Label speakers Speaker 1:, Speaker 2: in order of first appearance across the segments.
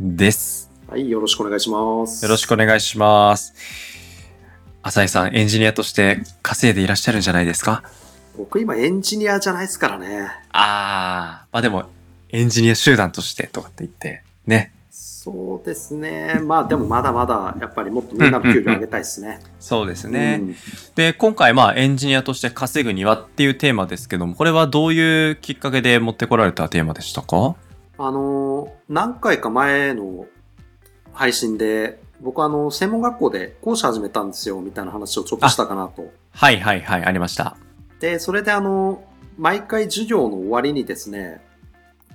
Speaker 1: です。
Speaker 2: はい、よろしくお願いします。
Speaker 1: よろしくお願いします。浅井さん、エンジニアとして稼いでいらっしゃるんじゃないですか
Speaker 2: 僕今エンジニアじゃないですからね。
Speaker 1: あー、まあでも、エンジニア集団としてとかって言って、ね。
Speaker 2: そうですね。まあでもまだまだやっぱりもっとみんなの給料上げたいですね。
Speaker 1: そうです
Speaker 2: う
Speaker 1: ね。
Speaker 2: ん
Speaker 1: で、今回、まあ、エンジニアとして稼ぐにはっていうテーマですけども、これはどういうきっかけで持ってこられたテーマでしたか
Speaker 2: あのー、何回か前の配信で、僕あの、専門学校で講師始めたんですよ、みたいな話をちょっとしたかなと。
Speaker 1: はいはいはい、ありました。
Speaker 2: で、それであの、毎回授業の終わりにですね、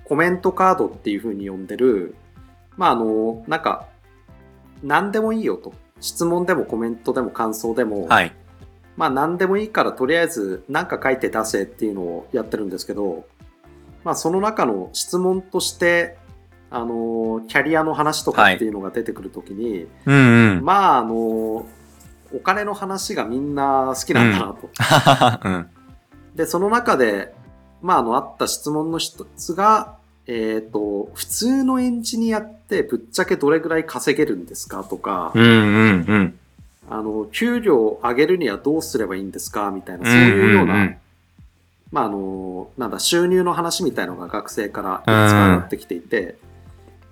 Speaker 2: コメントカードっていう風に呼んでる、まああの、なんか、何でもいいよと。質問でもコメントでも感想でも、
Speaker 1: はい。
Speaker 2: まあ何でもいいからとりあえず何か書いて出せっていうのをやってるんですけど、まあその中の質問として、あの、キャリアの話とかっていうのが出てくるときに、
Speaker 1: うん うん。
Speaker 2: まああの、お金の話がみんな好きなんだなと。
Speaker 1: うん。
Speaker 2: で、その中で、まああの、あった質問の一つが、えっ、と、普通のエンジニアってぶっちゃけどれぐらい稼げるんですかとか、
Speaker 1: うんうんうん。
Speaker 2: あの、給料を上げるにはどうすればいいんですかみたいな、そういうような、
Speaker 1: んんん
Speaker 2: まああの、なんだ、収入の話みたいのが学生からいつか上がってきていて、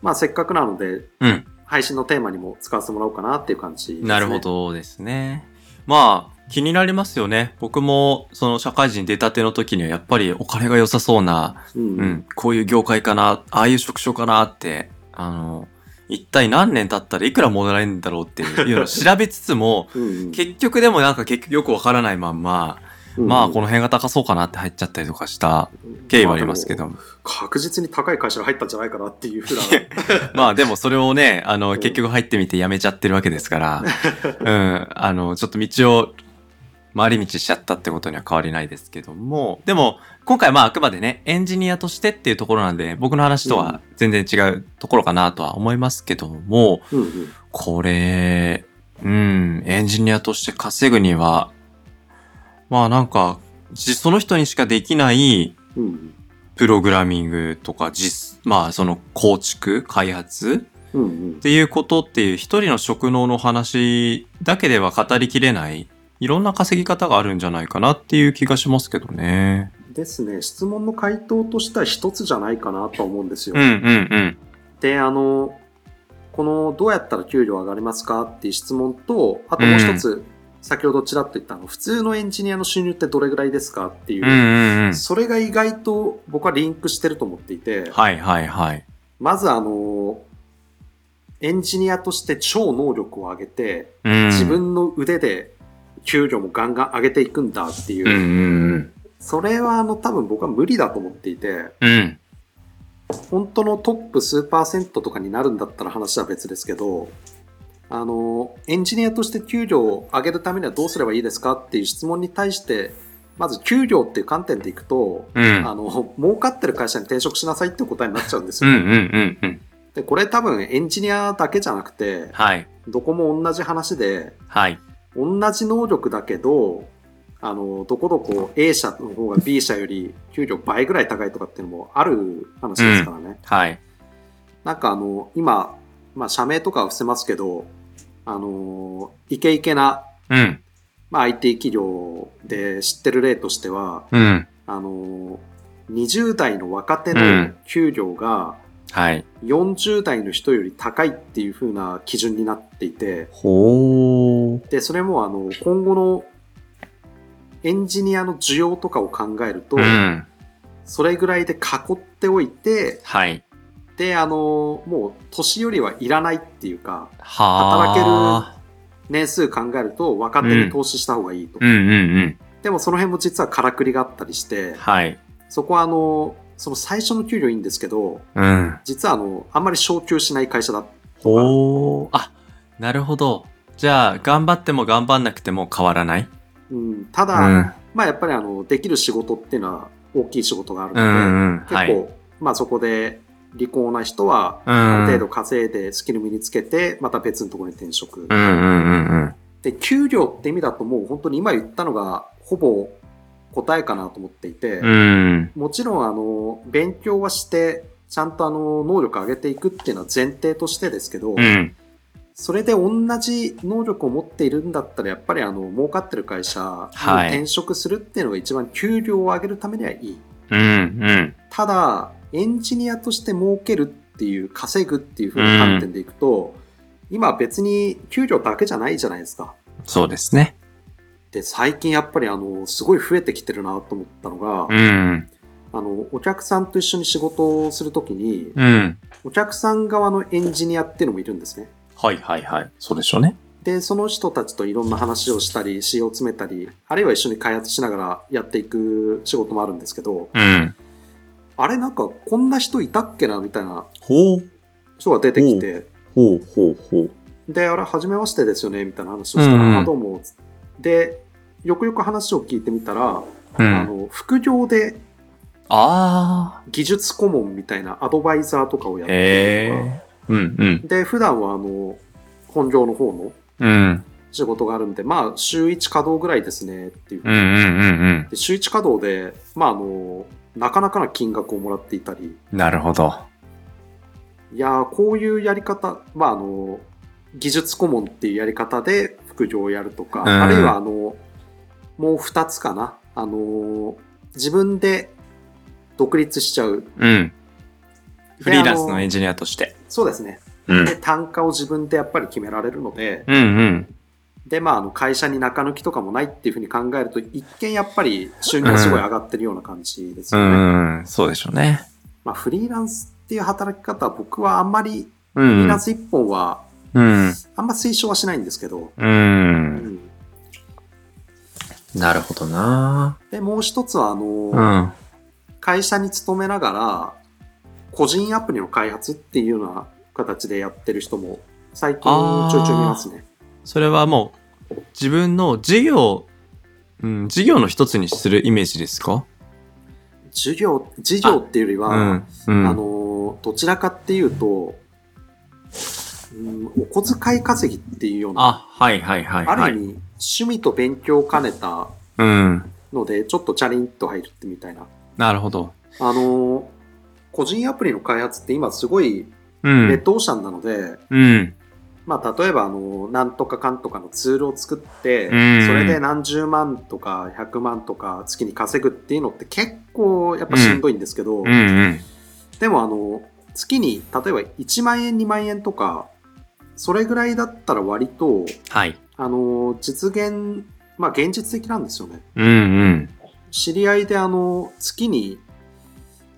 Speaker 2: まあせっかくなので、
Speaker 1: うん
Speaker 2: 配信のテーマにも使わせてもらおうかなっていう感じです、ね。
Speaker 1: なるほ。どですね。まあ、気になりますよね。僕も、その社会人出たての時には、やっぱりお金が良さそうな、
Speaker 2: うん。
Speaker 1: うん、こういう業界かな、ああいう職種かなって、あの、一体何年経ったらいくらもらえるんだろうって いうのを調べつつも、
Speaker 2: うんうん
Speaker 1: 結局でもなんか結局よくわからないまんま、
Speaker 2: うん
Speaker 1: まあこの辺が高そうかなって入っちゃったりとかした経緯はありますけ。
Speaker 2: まあ
Speaker 1: ども。
Speaker 2: でも確実に高い会社が入ったんじゃないかなっていうふうな。
Speaker 1: まあでもそれをね、あ
Speaker 2: う
Speaker 1: の、
Speaker 2: ん
Speaker 1: 結局入ってみて辞めちゃってるわけですから、うん、あの、ちょっと道を回り道しちゃったってことには変わりないですけども、でも今回まああくまでね、エンジニアとしてっていうところなんで、僕の話とは全然違うところかなとは思いますけども、
Speaker 2: うんうん
Speaker 1: これ、うん、エンジニアとして稼ぐには、まあなんか、じその人にしかできない
Speaker 2: うん
Speaker 1: プログラミングとか、実、まあその構築、開発
Speaker 2: うんうん
Speaker 1: っていうことっていう一人の職能の話だけでは語りきれないいろんな稼ぎ方があるんじゃないかなっていう気がしますけどね。
Speaker 2: ですね、質問の回答としては一つじゃないかなとは思うんですよ。
Speaker 1: うんうんうん。
Speaker 2: で、あの、このどうやったら給料上がりますかっていう質問と、あともう一つ、先ほどちらっと言ったあの、普通のエンジニアの収入ってどれぐらいですかっていう、
Speaker 1: うんうんうん。
Speaker 2: それが意外と僕はリンクしてると思っていて、
Speaker 1: はいはいはい。
Speaker 2: まずあの、エンジニアとして超能力を上げて、
Speaker 1: うん、
Speaker 2: 自分の腕で給料もガンガン上げていくんだっていう、
Speaker 1: うんうん
Speaker 2: それはあの多分僕は無理だと思っていて、
Speaker 1: うん。うん。
Speaker 2: 本当のトップ数パーセントとかになるんだったら話は別ですけど、あの、エンジニアとして給料を上げるためにはどうすればいいですかっていう質問に対して、まず給料っていう観点でいくと、
Speaker 1: うん。
Speaker 2: あの、儲かってる会社に転職しなさいって答えになっちゃうんです
Speaker 1: う
Speaker 2: よ。
Speaker 1: んうんうんうん。
Speaker 2: で、これ多分エンジニアだけじゃなくて、
Speaker 1: はい。
Speaker 2: どこも同じ話で、
Speaker 1: はい。
Speaker 2: 同じ能力だけど、あの、どこどこ A 社の方が B 社より給料倍ぐらい高いとかっていうのもある話ですからね。
Speaker 1: はい。
Speaker 2: なんかあの、今、まあ、社名とかは伏せますけど、あの、イケイケな、
Speaker 1: うん。
Speaker 2: まあ、IT 企業で知ってる例としては、
Speaker 1: うん。
Speaker 2: あの、20代の若手
Speaker 1: う
Speaker 2: の
Speaker 1: ん
Speaker 2: 給料が
Speaker 1: はい。
Speaker 2: 40代の人より高いっていう風な基準になっていて、
Speaker 1: ほー。
Speaker 2: で、それもあの、今後のエンジニアの需要とかを考えると、
Speaker 1: うん。
Speaker 2: それぐらいで囲っておいて、
Speaker 1: はい。
Speaker 2: で、あの、もう年よりはいらないっていうか、
Speaker 1: は
Speaker 2: 年数考えると若手に投資した方がいいと。
Speaker 1: 働ける。うんうんうん。
Speaker 2: でもその辺も実はからくりがあったりして、
Speaker 1: はい。
Speaker 2: そこはあの、その最初の給料いいんですけど、
Speaker 3: うん。
Speaker 2: 実はあの、あんまり昇給しない会社だ。
Speaker 3: おー。あ、なるほど。じゃあ、頑張っても頑張んなくても変わらない
Speaker 2: うん、ただ、
Speaker 3: うん。
Speaker 2: まあやっぱりあの、できる仕事っていうのは大きい仕事があるの
Speaker 3: う
Speaker 2: で、
Speaker 3: んうん。
Speaker 2: 結構、
Speaker 3: はい。うん。
Speaker 2: まあそこで利口な人は、ある
Speaker 3: あ
Speaker 2: 程度稼いでスキル身につけて、また別のところに転職。
Speaker 3: うんうんうんうん。
Speaker 2: で、給料って意味だともう本当に今言ったのが、ほぼ答えかなと思っていて、
Speaker 3: うん。
Speaker 2: もちろんあの、勉強はして、ちゃんとあの、能力上げていくっていうのは前提としてですけど、
Speaker 3: うん。
Speaker 2: それで同じ能力を持っているんだったら、やっぱりあの、儲かってる会社に
Speaker 3: はい
Speaker 2: 転職するっていうのが一番給料を上げるためにはいい。
Speaker 3: うんうん。
Speaker 2: ただ、エンジニアとして儲けるっていう、稼ぐっていう風な観点でいくと、今別に給料だけじゃないじゃないですか。
Speaker 3: そうですね。
Speaker 2: で、最近やっぱりあの、すごい増えてきてるなと思ったのが、
Speaker 3: うん。
Speaker 2: あの、お客さんと一緒に仕事をするときに、
Speaker 3: うん。
Speaker 2: お客さん側のエンジニアっていうのもいるんですね。
Speaker 3: はいはいはい。そうでしょうね。
Speaker 2: で、その人たちといろんな話をしたり、仕様を詰めたり、あるいは一緒に開発しながらやっていく仕事もあるんですけど、
Speaker 3: うん。
Speaker 2: あれなんかこんな人いたっけなみたいな
Speaker 3: ほう。
Speaker 2: 人が出てきて、
Speaker 3: ほうほうほう。
Speaker 2: で、あれ、初めましてですよね、みたいな話をしたら、
Speaker 3: うんうん
Speaker 2: あどうも。で、よくよく話を聞いてみたら、
Speaker 3: う
Speaker 2: あ
Speaker 3: ん。
Speaker 2: の、副業で
Speaker 3: あ
Speaker 2: 技術顧問みたいなアドバイザーとかを
Speaker 3: ー。
Speaker 2: やって
Speaker 3: へ
Speaker 2: るとか
Speaker 3: え。うんうん。
Speaker 2: で、普段は、あの、本業の方の
Speaker 3: うん。
Speaker 2: 仕事があるんで、まあ、週1稼働ぐらいですね、っていう。
Speaker 3: うんうんうん
Speaker 2: で週1稼働で、まあ、あの、なかなかな金額をもらっていたり、
Speaker 3: うん。なるほど。
Speaker 2: いやー、こういうやり方、まあ、あの、技術顧問っていうやり方で副業をやるとか、
Speaker 3: ん
Speaker 2: あるいは、あの、もう二つかな。あの、自分で独立しちゃう。
Speaker 3: うん。
Speaker 2: で
Speaker 3: フリーランス
Speaker 2: あ
Speaker 3: のエンジニアとして。
Speaker 2: そうですね。
Speaker 3: うん
Speaker 2: で、単価を自分でやっぱり決められるので、
Speaker 3: うんうん。
Speaker 2: で、まあ、あの、会社に中抜きとかもないっていうふうに考えると、一見やっぱり収入がすごい上がってるような感じです
Speaker 3: う
Speaker 2: よね。
Speaker 3: んうん。そうでしょうね。
Speaker 2: まあ、フリーランスっていう働き方は僕はあんまり、
Speaker 3: う
Speaker 2: フリー
Speaker 3: ん
Speaker 2: ラン。ス一本は
Speaker 3: うん。
Speaker 2: あんま推奨はしないんですけど、
Speaker 3: う。
Speaker 2: うんん
Speaker 3: なるほどな
Speaker 2: で、もう一つは、あの、
Speaker 3: うん。
Speaker 2: 会社に勤めながら、個人アプリの開発っていうような形でやってる人も、最近ちょいちょい見ますね。
Speaker 1: それはもう自分の事業、うん、事業の一つにするイメージですか
Speaker 2: 授業、事業っていうよりは、
Speaker 1: うん。う
Speaker 2: あ
Speaker 1: ん。
Speaker 2: の、どちらかっていうと、うん、お小遣い稼ぎっていうような、
Speaker 1: あ、はいはいはい
Speaker 2: あ
Speaker 1: は
Speaker 2: る
Speaker 1: い。
Speaker 2: 意味、趣味と勉強を兼ねた
Speaker 1: うん。
Speaker 2: ので、ちょっとチャリンと入るってみたいな。
Speaker 1: なるほど。
Speaker 2: あの、個人アプリの開発って今すごいうレ
Speaker 1: ん
Speaker 2: ッ。ドオーシャンなので、
Speaker 1: うん。
Speaker 2: まあ、例えば、あの、なんとかかんとかのツールを作っ
Speaker 1: う
Speaker 2: て、
Speaker 1: ん
Speaker 2: それで何十万とか100万とか月に稼ぐっていうのって結構やっぱしんどいんですけど、
Speaker 1: うんうん。
Speaker 2: でも、あの、月に例えば1万円、2万円とか、それぐらいだったら割と、
Speaker 1: はい。
Speaker 2: あの、実現、まあ、現実的なんですよね。
Speaker 1: うんうん。
Speaker 2: 知り合いで、あの、月に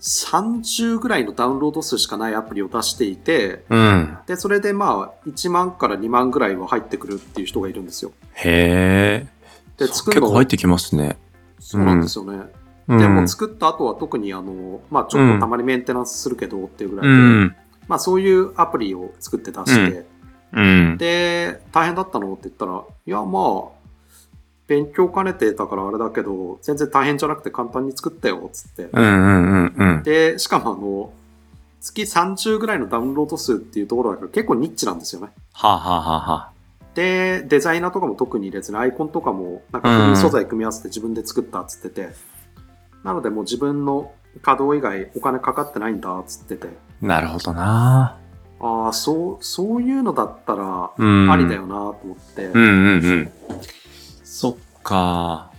Speaker 2: 30ぐらいのダウンロード数しかないアプリを出していて、
Speaker 1: うん。
Speaker 2: で、それでまあ、1万から2万ぐらいは入ってくるっていう人がいるんですよ。
Speaker 1: へえ。
Speaker 2: で、
Speaker 1: そう
Speaker 2: 作る
Speaker 1: 結
Speaker 2: の
Speaker 1: 構入ってきますね。
Speaker 2: そうなんですよね。
Speaker 1: うん。
Speaker 2: でも作った後は特にあの、まあちょっ
Speaker 1: う
Speaker 2: と
Speaker 1: ん
Speaker 2: たまにメンテナンスするけどっていうぐらいで、
Speaker 1: うん。
Speaker 2: まあそういうアプリを作って出して、
Speaker 1: うん。
Speaker 2: で、大変だったのって言ったら、いやまあ、勉強兼ねてだからあれだけど、全然大変じゃなくて簡単に作ったよ、つって。
Speaker 1: うんうんうんうん。
Speaker 2: で、しかもあの、月30ぐらいのダウンロード数っていうところだから結構ニッチなんですよね。
Speaker 1: はあ、はあはあはあ、
Speaker 2: で、デザイナーとかも特に入れずに、アイコンとかも、なんかフリー素材組み合わせて自分で作ったっつってて、なのでもう自分の稼働以外お金かかってないんだっつってて、
Speaker 1: なるほどな。
Speaker 2: ああ、そう、そういうのだったら、
Speaker 1: うん。
Speaker 2: ありだよなと思って、
Speaker 1: うんうんうん。そっか。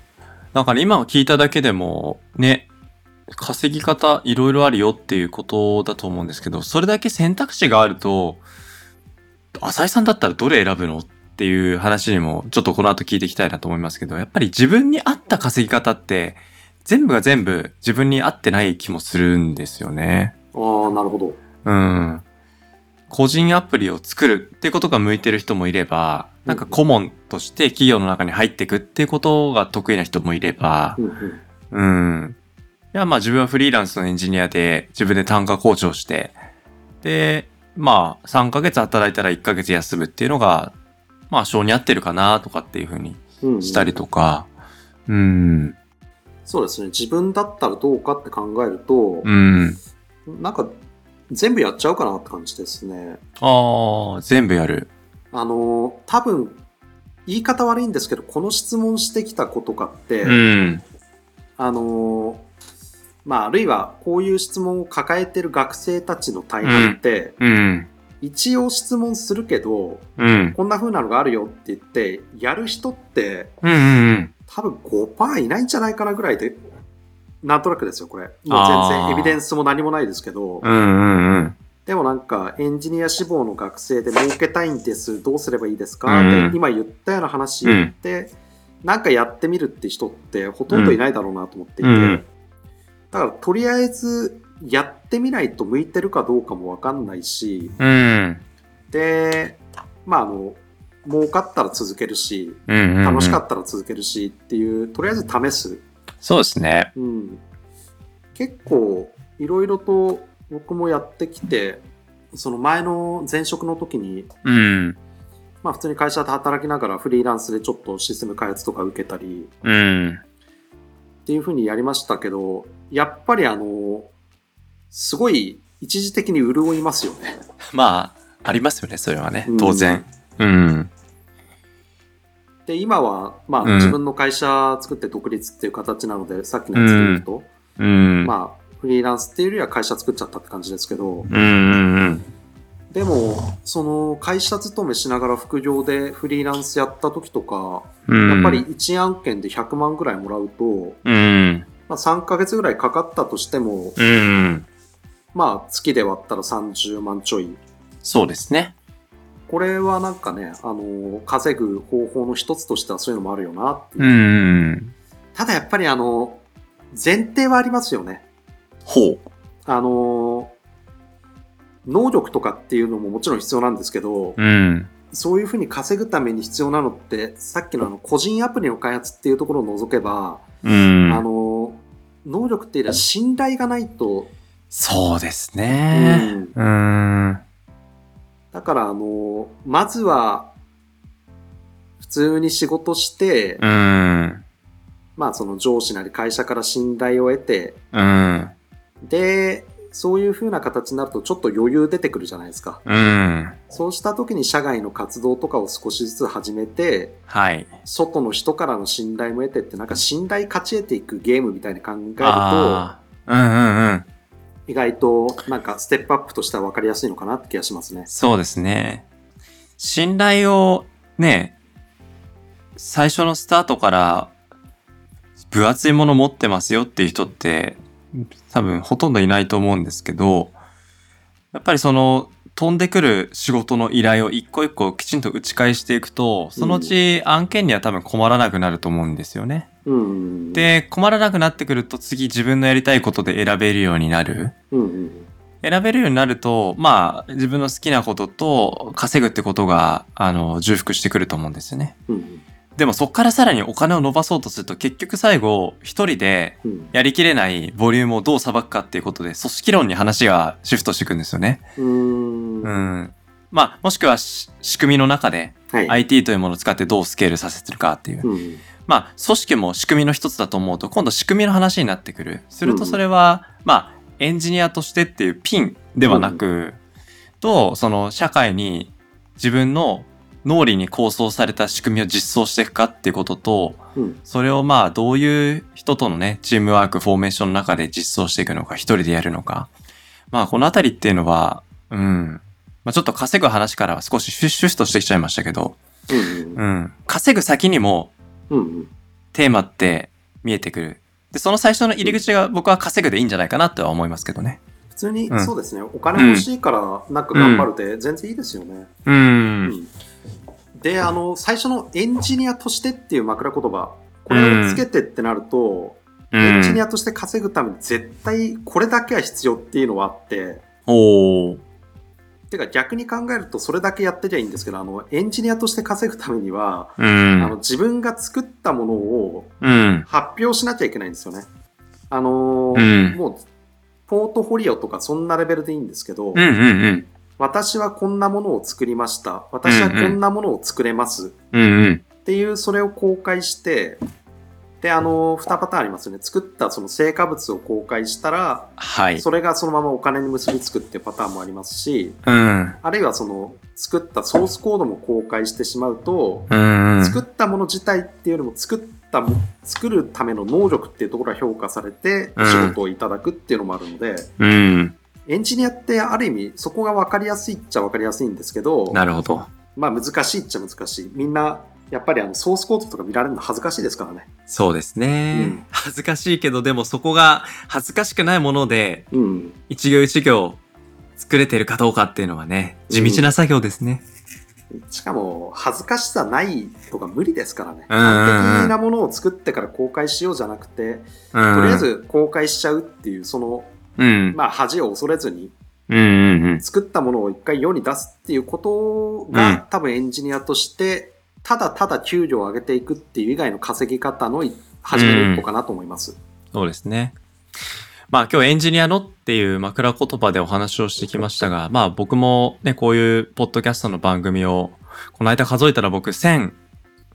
Speaker 1: なんかね、今聞いただけでも、ね、稼ぎ方いろいろあるよっていうことだと思うんですけど、それだけ選択肢があると、浅井さんだったらどれ選ぶのっていう話にも、ちょっとこの後聞いていきたいなと思いますけど、やっぱり自分に合った稼ぎ方って、全部が全部自分に合ってない気もするんですよね。
Speaker 2: ああ、なるほど。
Speaker 1: うん。個人アプリを作るってことが向いてる人もいれば、なんか顧問として企業の中に入っていくっていうことが得意な人もいれば
Speaker 2: う、んう
Speaker 1: う
Speaker 2: ん
Speaker 1: ん。いや、まあ自分はフリーランスのエンジニアで、自分で単価交渉して、で、まあ3ヶ月働いたら1ヶ月休むっていうのが、まあ性に合ってるかなとかっていうふうに
Speaker 2: うんうん
Speaker 1: したりとか、うん、
Speaker 2: そうですね。自分だったらどうかって考えると
Speaker 1: う、ん。
Speaker 2: なんか全部やっちゃうかなって感じですね。
Speaker 1: ああ、全部やる。
Speaker 2: あの、多分、言い方悪いんですけど、この質問してきた子とかって、
Speaker 1: うん、
Speaker 2: あの、まあ、あるいはこういう質問を抱えてる学生たちの大半って、
Speaker 1: うん、
Speaker 2: 一応質問するけど、
Speaker 1: うん、
Speaker 2: こんな風なのがあるよって言って、やる人って
Speaker 1: うん、うん、
Speaker 2: 多分5%いないんじゃないかなぐらいで、なんとなくですよ、これ。もう全
Speaker 1: あ
Speaker 2: 然
Speaker 1: ー
Speaker 2: エビデンスも何もないですけど、
Speaker 1: うん、うん、うん。
Speaker 2: でもなんかエンジニア志望の学生で儲けたいんです、どうすればいいですか、
Speaker 1: うん
Speaker 2: って今言ったような話って、なんかやってみるって人ってほとんどいないだろうなと思っていて、
Speaker 1: うん
Speaker 2: だからとりあえずやってみないと向いてるかどうかもわかんないし、
Speaker 1: うん、
Speaker 2: で、まああの、儲かったら続けるし、
Speaker 1: うん。
Speaker 2: 楽しか
Speaker 1: た。
Speaker 2: ったら続けるしっていう、とりあえず試す。
Speaker 1: そうですね。
Speaker 2: うん、結構いろいろと僕もやってきて、その前の前職の時に、
Speaker 1: うん、
Speaker 2: まあ普通に会社で働きながらフリーランスでちょっとシステム開発とか受けたり
Speaker 1: うん、
Speaker 2: っていう風にやりましたけど、やっぱりあの、すごい一時的に潤いますよね。
Speaker 1: まあ、ありますよね、それはね
Speaker 2: うん。
Speaker 1: 当然。うん。
Speaker 2: で、今は、まあ、
Speaker 1: うん
Speaker 2: 自分の会社作って独立っていう形なので、さっきのやつで言うと、
Speaker 1: うん。
Speaker 2: まあ、フリーランスっていうよりは会社作っちゃったって感じですけど、
Speaker 1: うんうんうん。
Speaker 2: でも、その会社勤めしながら副業でフリーランスやった時とか、
Speaker 1: うん。
Speaker 2: やっぱり、1案件で100万ぐらいもらうと、
Speaker 1: うん。
Speaker 2: まあ、3ヶ月ぐらいかかったとしても、
Speaker 1: うん。
Speaker 2: まあ、月で割ったら30万ちょい。
Speaker 1: そうですね。
Speaker 2: これはなんかね、あの、稼ぐ方法の一つとしてはそういうのもあるよなっていう
Speaker 1: うんうん。
Speaker 2: ただやっぱりあの、前提はありますよね。
Speaker 1: ほ
Speaker 2: あの、能力とかっていうのももちろん必要なんですけど
Speaker 1: う。、うん。
Speaker 2: そういうふうに稼ぐために必要なのって、さっきのあの個人アプリの開発っていうところを除けば、
Speaker 1: うん。
Speaker 2: あの、能力っていうのは信頼がないと、
Speaker 1: そうですね。
Speaker 2: うん
Speaker 1: うん。
Speaker 2: だからあの、まずは、普通に仕事して、
Speaker 1: うん。
Speaker 2: まあその上司なり会社から信頼を得て、
Speaker 1: うん。
Speaker 2: で、そういう風な形になるとちょっと余裕出てくるじゃないですか。
Speaker 1: うん。
Speaker 2: そうした時に社外の活動とかを少しずつ始めて、
Speaker 1: はい。
Speaker 2: 外の人からの信頼も得てって、なんか信頼勝ち得ていくゲームみたいに考えると、
Speaker 1: ああ。うんうんうん。
Speaker 2: 意外となんかステップアップとしては分かりやすいのかなって気がしますね。
Speaker 1: そうですね。信頼をね、最初のスタートから分厚いもの持ってますよっていう人って多分ほとんどいないと思うんですけど、やっぱりその飛んでくる仕事の依頼を一個一個きちんと打ち返していくと、そのうち案件には多分困らなくなると思うんですよね。
Speaker 2: うん。、
Speaker 1: で、困らなくなってくると次自分のやりたいことで選べるようになる。
Speaker 2: うんうん。
Speaker 1: 選べるようになると、まあ、自分の好きなことと稼ぐってことが、あの、重複してくると思うんですよね。
Speaker 2: うん
Speaker 1: でもそこからさらにお金を伸ばそうとすると、結局最後、一人で
Speaker 2: うん。
Speaker 1: やりきれないボリュームをどう裁くかっていうことで、組織論に話がシフトしていくんですよね。
Speaker 2: うん。
Speaker 1: う
Speaker 2: うん。
Speaker 1: ん。まあ、もしくはし仕組みの中で
Speaker 2: はい。
Speaker 1: IT というものを使ってどうスケールさせてるかっていう
Speaker 2: う。ん。
Speaker 1: まあ、組織も仕組みの一つだと思うと、今度仕組みの話になってくる。するとそれは、まあ、エンジニアとしてっていうピンではなく、と、その社会に自分の脳裏に構想された仕組みを実装していくかっていうことと、
Speaker 2: うん。
Speaker 1: それをまあ、どういう人とのね、チームワーク、フォーメーションの中で実装していくのか、一人でやるのか。まあ、このあたりっていうのは、うん。まあ、ちょっと稼ぐ話からは少しシュッシュッとしてきちゃいましたけど、
Speaker 2: うん。
Speaker 1: うん。稼ぐ先にも
Speaker 2: うん。
Speaker 1: テーマって見えてくる。で、その最初の入り口が僕は稼ぐでいいんじゃないかなとは思いますけどね。
Speaker 2: 普通に、
Speaker 1: うん
Speaker 2: そうですね。お金欲しいから、なんか頑張るで、全然いいですよね。
Speaker 1: う。
Speaker 2: うんん。で、あの、最初のエンジニアとしてっていう枕言葉、これをつけてってなると、エンジニアとして稼ぐために絶対これだけは必要っていうのはあって、
Speaker 1: おー
Speaker 2: てか逆に考えるとそれだけやってりゃいいんですけど、あの、エンジニアとして稼ぐためには、
Speaker 1: う
Speaker 2: あの
Speaker 1: ん。
Speaker 2: 自分が作ったものを
Speaker 1: うん。
Speaker 2: 発表しなきゃいけないんですよね。あの
Speaker 1: う
Speaker 2: ー
Speaker 1: ん。
Speaker 2: もう、ポートフォリオとかそんなレベルでいいんですけど、
Speaker 1: うんうんうん。
Speaker 2: 私はこんなものを作りました。私はこんなものを作れます。
Speaker 1: うんうん。
Speaker 2: っていう、それを公開して、で、あのー、2パターンありますよね。作ったその成果物を公開したら、
Speaker 1: はい。
Speaker 2: それがそのままお金に結びつくっていうパターンもありますし、
Speaker 1: うん。
Speaker 2: あるいはその、作ったソースコードも公開してしまうと、
Speaker 1: うんうん。
Speaker 2: 作ったもの自体っていうよりも作ったも作るための能力っていうところが評価されて
Speaker 1: うん
Speaker 2: 仕事をいただくっていうのもあるので、
Speaker 1: うん。
Speaker 2: エンジニアってある意味そこが分かりやすいっちゃ分かりやすいんですけど
Speaker 1: なるほど。
Speaker 2: まあ難しいっちゃ難しいみんなやっぱりあのソースコードとか見られるの恥ずかしいですからね
Speaker 1: そうですね、
Speaker 2: うん
Speaker 1: 恥ずかしいけど、でもそこが恥ずかしくないもので、
Speaker 2: うん
Speaker 1: 一行一行作れてるかどうかっていうのはね、地道な作業ですね。
Speaker 2: しかも恥ずかしさないとか無理ですからね
Speaker 1: うんうんうん
Speaker 2: 完璧なものを作ってから公開しようじゃなくて
Speaker 1: うん。
Speaker 2: とりあえ、ず公開しちゃうっていうその
Speaker 1: うん。
Speaker 2: まあ恥を恐れずに
Speaker 1: うんうんうん。
Speaker 2: 作ったものを一回世に出すっていうこと
Speaker 1: うん
Speaker 2: が、多分エンジニアとして、ただただ給料を上げていくっていう以外の稼ぎ方のい始める一歩かなと思います。
Speaker 1: そうですね。まあ今日エンジニアのっていう枕言葉でお話をしてきましたが、まあ僕もね、こういうポッドキャストの番組を、この間数えたら僕1000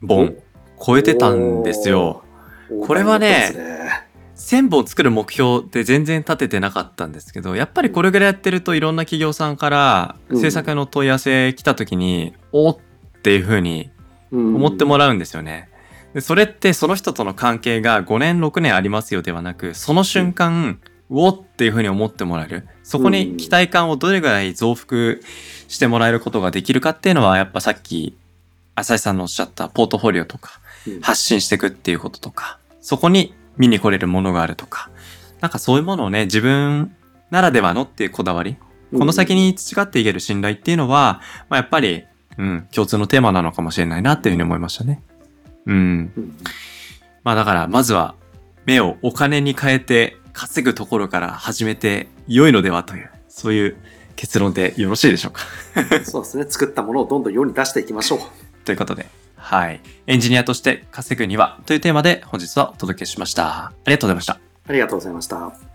Speaker 1: 本超えてたんですよ。
Speaker 2: おー
Speaker 1: これはね
Speaker 2: 大変だったですね
Speaker 1: 1000本作る目標って全然立ててなかったんですけど、やっぱりこれぐらいやってるといろんな企業さんから
Speaker 2: うん
Speaker 1: 制作の問い合わせ来た時に、おーっていうふうに
Speaker 2: うん
Speaker 1: 思ってもらうんですよね。でそれってその人との関係が5年6年ありますよではなくその瞬間、うおっていうふうに思ってもらえるそこ
Speaker 2: う
Speaker 1: に
Speaker 2: ん
Speaker 1: 期待感をどれぐらい増幅してもらえることができるかっていうのはやっぱさっき浅井さんのおっしゃったポートフォリオとか
Speaker 2: うん
Speaker 1: 発信していくっていうこととかそこに見に来れるものがあるとかなんかそういうものをね自分ならではのっていうこだわりこの先に培っていける信頼っていうのは、まあ、やっぱり、うん、共通のテーマなのかもしれないなっていうふうに思いましたね。うん。
Speaker 2: うん
Speaker 1: まあだから、まずは、目をお金に変えて稼ぐところから始めて良いのではという、そういう結論でよろしいでしょうか。
Speaker 2: そうですね。作ったものをどんどん世に出していきましょう。
Speaker 1: ということで、はい。エンジニアとして稼ぐにはというテーマで本日はお届けしました。ありがとうございました。
Speaker 2: ありがとうございました。